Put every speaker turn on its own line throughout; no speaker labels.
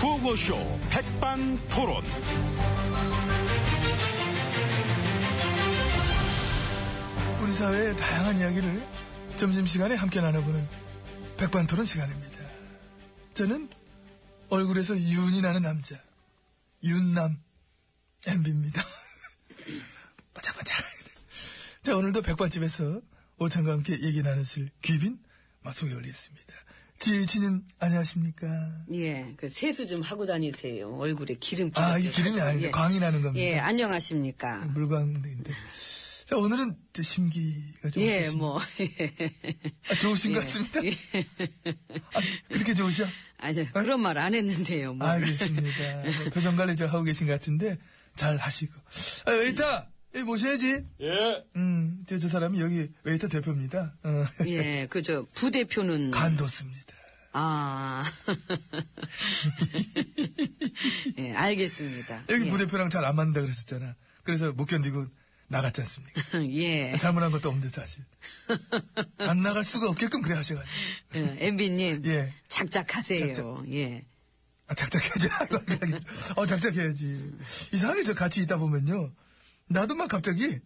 구호쇼 백반토론.
우리 사회의 다양한 이야기를 점심시간에 함께 나눠보는 백반토론 시간입니다. 저는 얼굴에서 윤이 나는 남자, 윤남, MB입니다. 반짝반짝. 자, 오늘도 백반집에서 오천과 함께 얘기 나누실 귀빈 마 소개 올리겠습니다. 지혜진님, 안녕하십니까?
예, 그 세수 좀 하고 다니세요. 얼굴에 기름.
아,
끼얹어가지고.
이게 기름이 아닌데,
예.
광이 나는 겁니다. 음,
예, 안녕하십니까.
물광인데. 자, 오늘은 또 심기가 좀.
예,
어떠십니까?
뭐.
아, 좋으신 것
예,
같습니다.
예.
아, 그렇게 좋으셔?
아니, 그런 말 안 했는데요. 뭐.
알겠습니다. 뭐 표정 관리 저 하고 계신 것 같은데 잘 하시고. 아, 웨이터 여기 모셔야지.
예.
음, 저, 저 사람이 여기 웨이터 대표입니다. 어,
예, 그, 저, 부대표는.
간도습니다.
아. 예, 알겠습니다.
여기
예.
부대표랑 잘 안 맞는다 그랬었잖아. 그래서 못 견디고 나갔지 않습니까?
예.
잘못한 것도 없는데 사실. 안 나갈 수가 없게끔 그래 하셔가지고.
엠비님.
예.
작작하세요.
작작.
예.
아, 작작해야지. 어, 작작해야지. 이상하게 저 같이 있다 보면요. 나도 막 갑자기,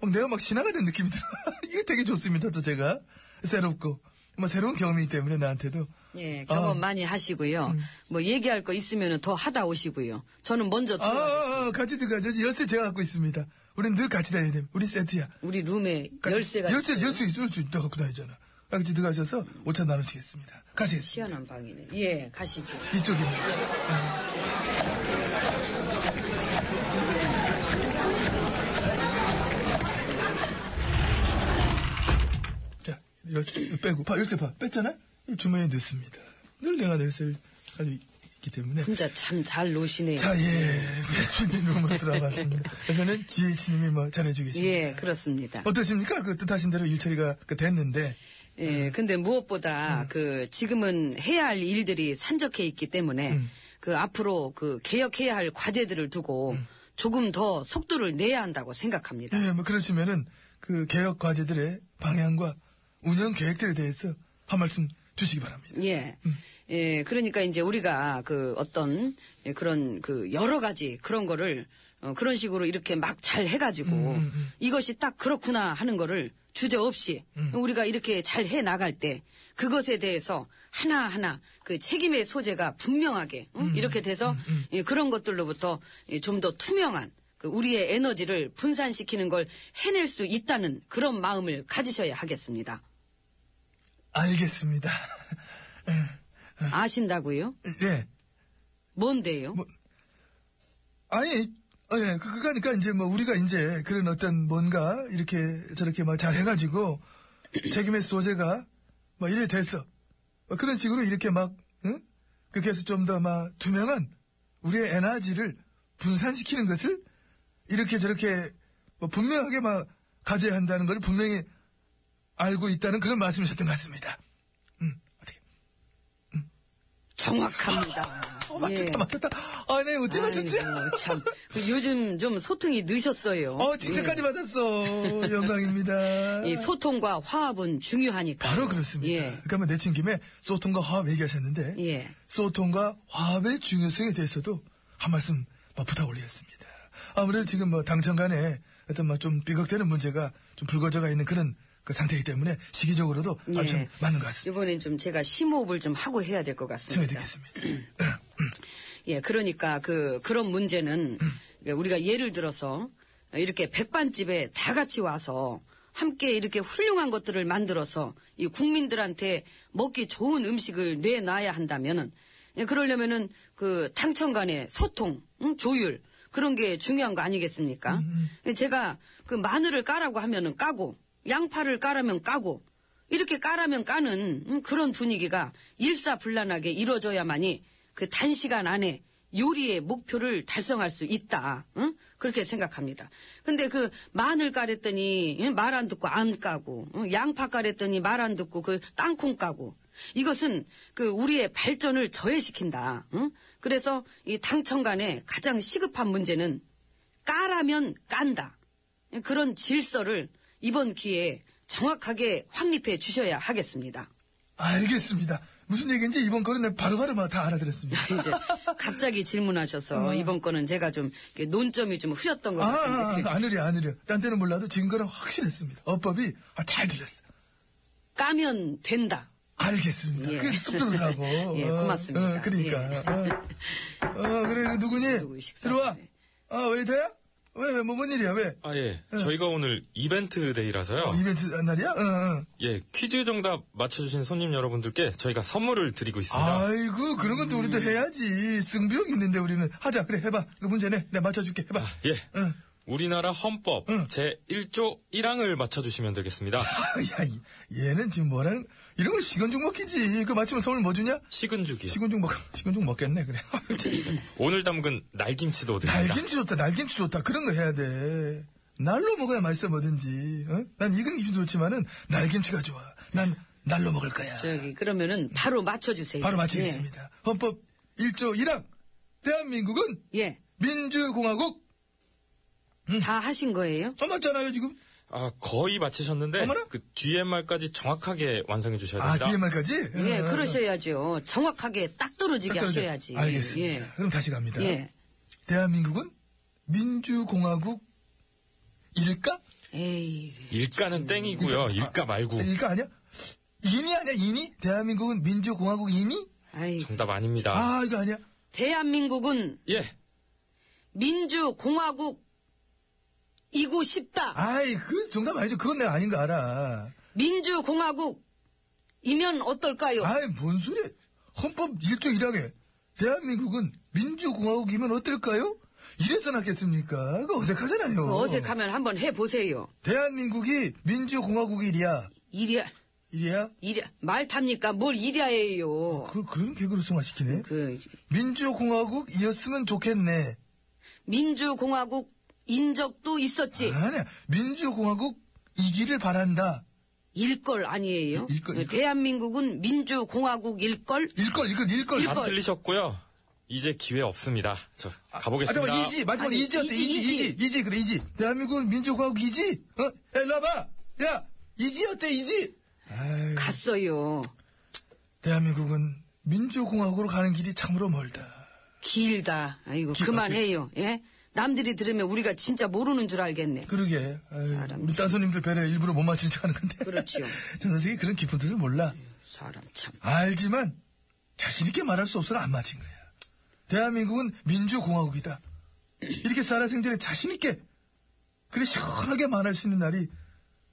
막 내가 막 신화가 된 느낌이 들어. 이거 되게 좋습니다, 또 제가. 새롭고. 뭐 새로운 경험이기 때문에 나한테도.
예, 경험
아.
많이 하시고요. 뭐, 얘기할 거 있으면 더 하다 오시고요. 저는 먼저
아,
들어가요.
아, 아, 같이 들어가야지. 열쇠 제가 갖고 있습니다. 우린 늘 같이 다녀야 됩니다. 우리 세트야.
우리 룸에
같이-
열쇠가.
열쇠,
있어요.
열쇠 있어. 열쇠 내가 갖고 다니잖아. 같이 들어가셔서 오차 나누시겠습니다. 가시겠습니다.
희한한 방이네. 예, 가시죠.
이쪽입니다. 아. 자, 열쇠 빼고, 봐, 열쇠 봐. 뺐잖아? 이 주머니에 넣습니다. 늘 내가 열쇠를 가지고 있기 때문에.
혼자 참 잘 노시네요.
자, 예. 예수님 룸으로 들어갔습니다. 그러면 지혜진님이 뭐 잘해주겠습니다.
예, 그렇습니다.
어떠십니까? 그 뜻하신 대로 일처리가 그 됐는데.
예, 근데
음.
무엇보다 그 지금은 해야 할 일들이 산적해 있기 때문에
음.
그 앞으로 그 개혁해야 할 과제들을 두고
음.
조금 더 속도를 내야 한다고 생각합니다.
예, 뭐 그러시면은 그 개혁 과제들의 방향과 운영 계획들에 대해서 한 말씀 주시기 바랍니다.
예. 예, 그러니까 이제 우리가 그 어떤 예, 그런 그 여러 가지 그런 거를 어, 그런 식으로 이렇게 막 잘 해가지고 이것이 딱 그렇구나 하는 거를 주저없이 우리가 이렇게 잘 해 나갈 때 그것에 대해서 하나하나 그 책임의 소재가 분명하게 응? 이렇게 돼서 예, 그런 것들로부터 예, 좀 더 투명한 그 우리의 에너지를 분산시키는 걸 해낼 수 있다는 그런 마음을 가지셔야 하겠습니다.
알겠습니다.
아신다고요?
예.
뭔데요?
아니, 어, 예. 그, 그러니까 이제 뭐 우리가 이제 그런 어떤 뭔가 이렇게 저렇게 막 잘해가지고 책임의 소재가 막 이래 됐어. 막 그런 식으로 이렇게 막, 응? 그렇게 해서 좀 더 막 투명한 우리의 에너지를 분산시키는 것을 이렇게 저렇게 뭐 분명하게 막 가져야 한다는 걸 분명히 알고 있다는 그런 말씀이셨던 것 같습니다. 음, 어떻게.
정확합니다.
어, 맞췄다, 맞췄다. 아, 네, 어떻게 맞췄지?
예. 아이고, 참. 그 요즘 좀 소통이 늦으셨어요.
어, 칭찬까지 받았어. 영광입니다.
예. 이 소통과 화합은 중요하니까.
바로 그렇습니다.
예.
그러니까 뭐 내친 김에 소통과 화합 얘기하셨는데
예.
소통과 화합의 중요성에 대해서도 한 말씀 뭐 부탁 올리겠습니다. 아무래도 지금 뭐 당청 간에 어떤 막 좀 삐걱대는 문제가 좀 불거져가 있는 그런 그 상태이기 때문에 시기적으로도
예.
아주 좀 맞는 것 같습니다.
이번엔 좀 제가 심호흡을 좀 하고 해야 될 것
정해
같습니다.
드리겠습니다.
예, 그러니까 그, 그런 문제는 우리가 예를 들어서 이렇게 백반집에 다 같이 와서 함께 이렇게 훌륭한 것들을 만들어서 이 국민들한테 먹기 좋은 음식을 내놔야 한다면은 예, 그러려면은 그 당청 간의 소통, 응? 조율 그런 게 중요한 거 아니겠습니까? 예, 제가 그 마늘을 까라고 하면은 까고 양파를 까라면 까고 이렇게 까라면 까는 음, 그런 분위기가 일사불란하게 이루어져야만이 그 단시간 안에 요리의 목표를 달성할 수 있다. 응? 그렇게 생각합니다. 근데 그 마늘 까랬더니 말 안 듣고 안 까고 응? 양파 까랬더니 말 안 듣고 그 땅콩 까고 이것은 그 우리의 발전을 저해시킨다. 응? 그래서 이 당청 간의 가장 시급한 문제는 까라면 깐다. 그런 질서를 이번 기회에 정확하게 확립해 주셔야 하겠습니다.
알겠습니다. 무슨 얘기인지 이번 거는 내 바로바로 막다 알아들었습니다.
이제 갑자기 질문하셔서 이번 거는 제가 좀 이렇게 논점이 좀 흐렸던 것
음. 아,
같은데
아, 아, 아느려, 아느려. 딴 때는 몰라도 지금 거는 확실했습니다. 어법이 아, 잘 들렸어.
까면 된다.
알겠습니다.
예.
그게 쑥 들어오더라고.
예,
어,
고맙습니다.
어, 그러니까.
예.
어, 어, 그래, 그 누구니?
누구 식사 네.
들어와.
전에.
아, 웨이터야? 왜, 왜, 뭐, 뭔 일이야, 왜?
아, 예. 저희가 오늘 이벤트 데이라서요.
어, 이벤트 날이야? 어, 어.
예, 퀴즈 정답 맞춰주신 손님 여러분들께 저희가 선물을 드리고 있습니다.
아이고, 그런 것도 우리도 해야지. 승부욕 있는데 우리는. 하자, 그래, 해봐. 그 문제네. 내가 맞춰줄게. 해봐. 어.
예.
응.
우리나라 헌법
응.
제1조 1항을 맞춰주시면 되겠습니다.
야, 이- 얘는 지금 뭐라는, 이런 건 식은죽 먹기지. 그거 맞추면 선물 뭐 주냐?
식은죽이요.
식은죽 먹, 식은죽 먹겠네, 그래.
오늘 담근 날김치도 드립니다.
날김치 좋다, 날김치 좋다. 그런 거 해야 돼. 날로 먹어야 맛있어, 뭐든지. 어? 난 익은 김치 좋지만은, 날김치가 좋아. 난 날로 먹을 거야.
저기 예. 그러면은 바로 맞춰주세요.
음. 바로 마치겠습니다. 헌법 1조 1항. 대한민국은
예, 예.
민주공화국. 음.
다 하신 거예요?
어, 맞잖아요, 지금.
아, 거의 맞히셨는데
어머나?
그 뒤에 말까지 정확하게 완성해 주셔야
아,
됩니다.
뒤에 말까지?
예,
어, 어, 어.
그러셔야죠. 정확하게 딱 떨어지게
딱 떨어져.
하셔야지.
알겠습니다.
예.
그럼 다시 갑니다.
예.
대한민국은 민주공화국 일까?
에이,
일가는 땡이고요. 일가 말고
일까 아니야? 인이 아니야, 인이? 대한민국은 민주공화국 인이?
아이.
정답 아닙니다.
아, 이거 아니야.
대한민국은
예.
민주공화국이고 싶다.
아이, 그 정답 아니죠. 그건 내가 아닌 거 알아.
민주공화국이면 어떨까요?
아이, 뭔 소리야. 헌법 1조 1항에 대한민국은 민주공화국이면 어떨까요? 이래서 났겠습니까? 그거 어색하잖아요.
그 어색하면 한번 해보세요.
대한민국이 민주공화국이랴.
이리야,
이랴?
이리야, 말 탑니까? 뭘 이리야 해요.
그, 그런 개그로 승화시키네.
그,
민주공화국이었으면 좋겠네.
민주공화국 인적도 있었지.
아니야. 민주공화국 이기를 바란다.
일걸 아니에요?
일걸, 일걸. 예.
대한민국은 민주공화국 일걸?
일걸, 일걸, 일걸.
다 틀리셨고요. 이제 기회 없습니다. 저 가보겠습니다.
아, 잠깐만, 이지. 마지막
아니,
이지 어때?
이지,
이지, 이지,
이지.
이지. 그래, 이지. 대한민국은 민주공화국 이지? 어? 야, 일로 와봐. 야, 이지 어때, 이지? 아유,
갔어요.
대한민국은 민주공화국으로 가는 길이 참으로 멀다.
길다. 아이고, 그만해요. 예? 남들이 들으면 우리가 진짜 모르는 줄 알겠네.
그러게. 아유, 우리 따소님들 배려 일부러 못 맞추는 척 하는 건데.
그렇지요.
전 선생이 그런 깊은 뜻을 몰라.
사람 참.
알지만 자신있게 말할 수 없어서 안 맞은 거야. 대한민국은 민주공화국이다. 이렇게 살아 생전에 자신있게 그래 시원하게 말할 수 있는 날이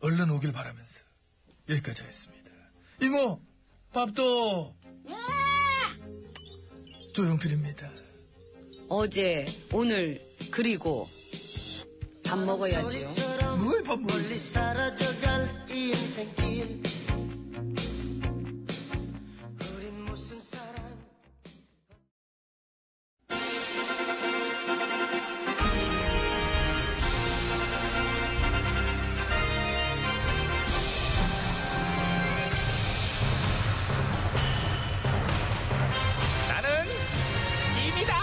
얼른 오길 바라면서 여기까지 하겠습니다. 이모 밥도 조용필입니다.
어제, 오늘, 그리고 밥 먹어야지요.
소리처럼
뭐야 밥 먹어?
멀리 사라져갈 이 인생길 우린 무슨 사랑
나는 짐이다.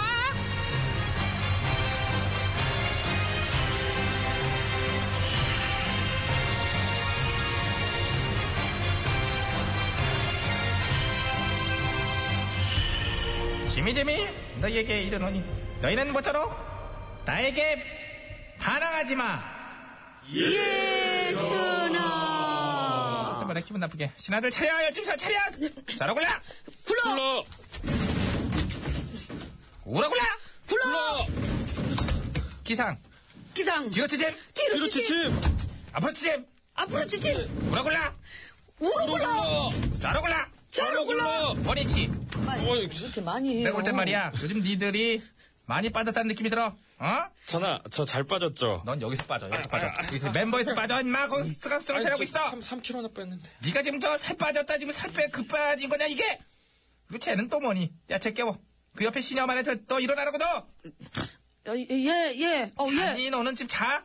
지미 지미 너희에게 이르노니 너희는 모쪼록 나에게 반항하지 마.
예, 천하.
이번에 기분 나쁘게 신하들 차려 열심히 차려 자라 굴라
불러!
오라 굴라
불러!
기상
기상.
뒤로 치짐
뒤로
이렇게
치지.
침!
앞으로 치짐
앞으로 치지.
오라 굴라
우로 굴러.
불러!
자라 굴라
좌로 굴러.
머리치
어이,
이렇게 많이 해요.
내가 볼땐 말이야 요즘 니들이 많이 빠졌다는 느낌이 들어 어?
전화, 저 잘 빠졌죠?
넌 여기서 빠져 여기서 빠져 여기서 멤버에서 빠져 인마 그 고스트가 스트로 차려고 있어
3kg나 뺐는데.
네가 지금 저 살 빠졌다 지금 살 빼 급 빠진 거냐 이게? 그리고 쟤는 또 뭐니? 야 쟤 깨워. 그 옆에 시녀만에 저너 일어나라고 너.
어, 예, 예. 어, 예.
아니 너는 지금 자.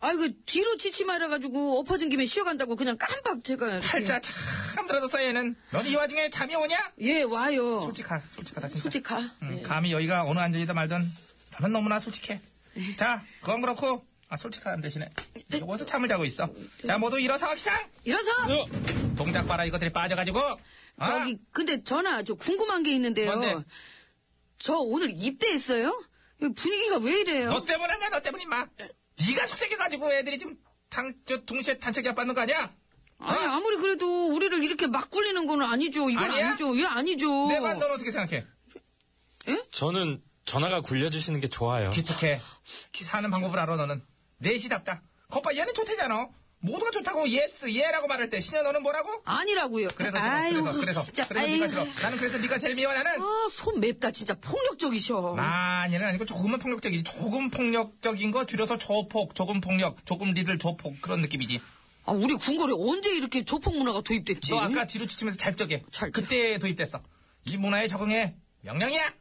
아이고, 뒤로 치지 말아가지고 엎어진 김에 쉬어간다고 그냥 깜빡 제가. 이렇게.
팔자 참 들어졌어 얘는. 넌 이 와중에 잠이 오냐?
예, 와요.
솔직하 솔직하다 진짜.
솔직하.
음,
예.
감히 여기가 어느 안전이다 말든 너는 너무나 솔직해.
네.
자 그건 그렇고
네.
아 솔직한 대신에 여기서 잠을 자고 있어. 자 모두 일어서 기상.
일어서!
저,
동작 봐라 이것들이 빠져가지고. 아,
저기 근데 전화 저 궁금한 게 있는데요.
뭔데?
저 오늘 입대했어요? 이 분위기가 왜 이래요?
너 때문 아니야 너 때문이 마. 네가 속색해가지고 애들이 지금 당, 저 동시에 단체기합 받는 거 아니야?
아니 아무리 그래도 우리를 이렇게 막 굴리는 건 아니죠. 이건
아니야?
아니죠 예, 아니죠.
내가 넌 어떻게 생각해?
저는 전화가 굴려주시는 게 좋아요.
기특해. 사는 방법을 알아 너는. 내시답다. 거봐 얘는 좋대잖아. 모두가 좋다고 예스 예라고 말할 때 신현 너는 뭐라고?
아니라고요.
그래서 싫어.
아유
그래서 그래서
진짜
그래서
아유.
네가 싫어. 나는 그래서 네가 제일 미워 나는.
아, 손 맵다 진짜 폭력적이셔.
많이는 아니고 조금은 폭력적이지. 조금 폭력적인 거 줄여서 조폭, 조금 폭력, 조금 리들 조폭 그런 느낌이지.
아, 우리 군거리 언제 이렇게 조폭 문화가 도입됐지?
너 아까 뒤로 치치면서 잘 적해.
예. 잘 적해.
그때 도입됐어. 이 문화에 적응해. 명령이야.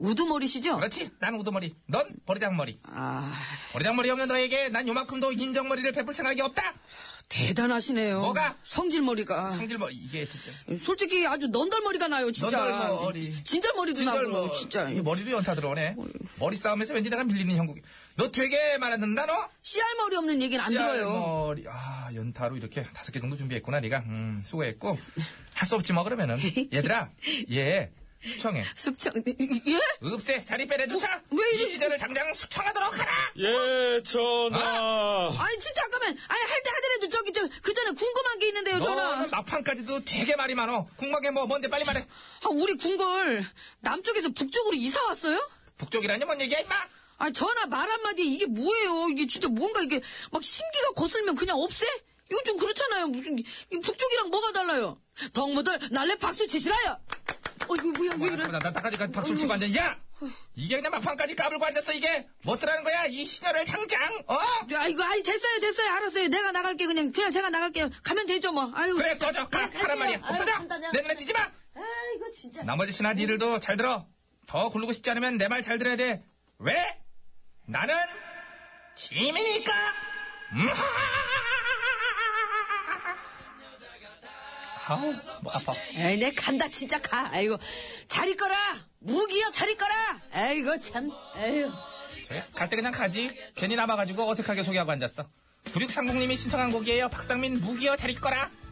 우두머리시죠?
그렇지. 난 우두머리. 넌 버리장머리.
아,
버리장머리 없는 너에게 난 요만큼도 인정머리를 베풀 생각이 없다.
대단하시네요.
뭐가?
성질머리가.
성질머리 이게 진짜.
솔직히 아주 넌덜머리가 나요, 진짜.
넌덜머리.
진절머리도 나고,
진절머. 뭐-
진짜.
이 머리로 연타 들어오네. 머리 싸움에서 왠지 내가 밀리는 형국이. 너 되게 말았는다 너.
씨알머리 없는 얘기는 안 들어요.
머리 아 연타로 이렇게 다섯 개 정도 준비했구나 네가 음, 수고했고 할 수 없지 뭐 그러면은 얘들아 얘 숙청해
숙청, 예?
읍세 자리 빼내조차
어, 왜 이래?
이 시대를 당장 숙청하도록 하라
예, 전화.
아니, 진짜 잠깐만. 아니, 할 때 하더라도 저기, 저, 그 전에 궁금한 게 있는데요, 전화.
너는 막판까지도 되게 말이 많어 궁막에 뭐 뭔데 빨리 말해
아, 우리 궁궐, 남쪽에서 북쪽으로 이사 왔어요?
북쪽이라니 뭔 얘기야 임마
아, 전화 말 한마디에 이게 뭐예요? 이게 진짜 뭔가 이게 막 심기가 거슬면 그냥 없애? 이건 좀 그렇잖아요. 무슨, 이- 이 북쪽이랑 뭐가 달라요? 덕무들, 날래 박수 치시라요! 어, 이거 뭐야, 왜 이래?
아, 나 나까지 박수 치고 앉아 야 이게 그냥 막판까지 까불고 앉았어 이게 뭐더라는 거야 이 시녀를 당장 어
야, 이거, 아니, 됐어요, 됐어요, 알았어요. 내가 나갈게, 그냥, 그냥 제가 나갈게요. 가면 되죠, 뭐. 아유.
그래 꺼져 가
갈게요.
가란 말이야
아유,
없어져
간다, 내가
내 눈에 띄지 마
아, 이거 진짜.
나머지 신하 니들도 잘 들어. 더 굴르고 싶지 않으면 내 말 잘 들어야 돼. 왜? 나는 짐이니까. 음. 음하하하하하하하. 아우 목 아파.
에이, 내 간다, 진짜 가. 아이고. 잘 있거라! 무기여, 잘 있거라! 아이고, 참. 에휴.
갈 때 그냥 가지. 괜히 남아가지고 어색하게 소개하고 앉았어. 9630님이 신청한 곡이에요. 박상민 무기여 잘 있거라.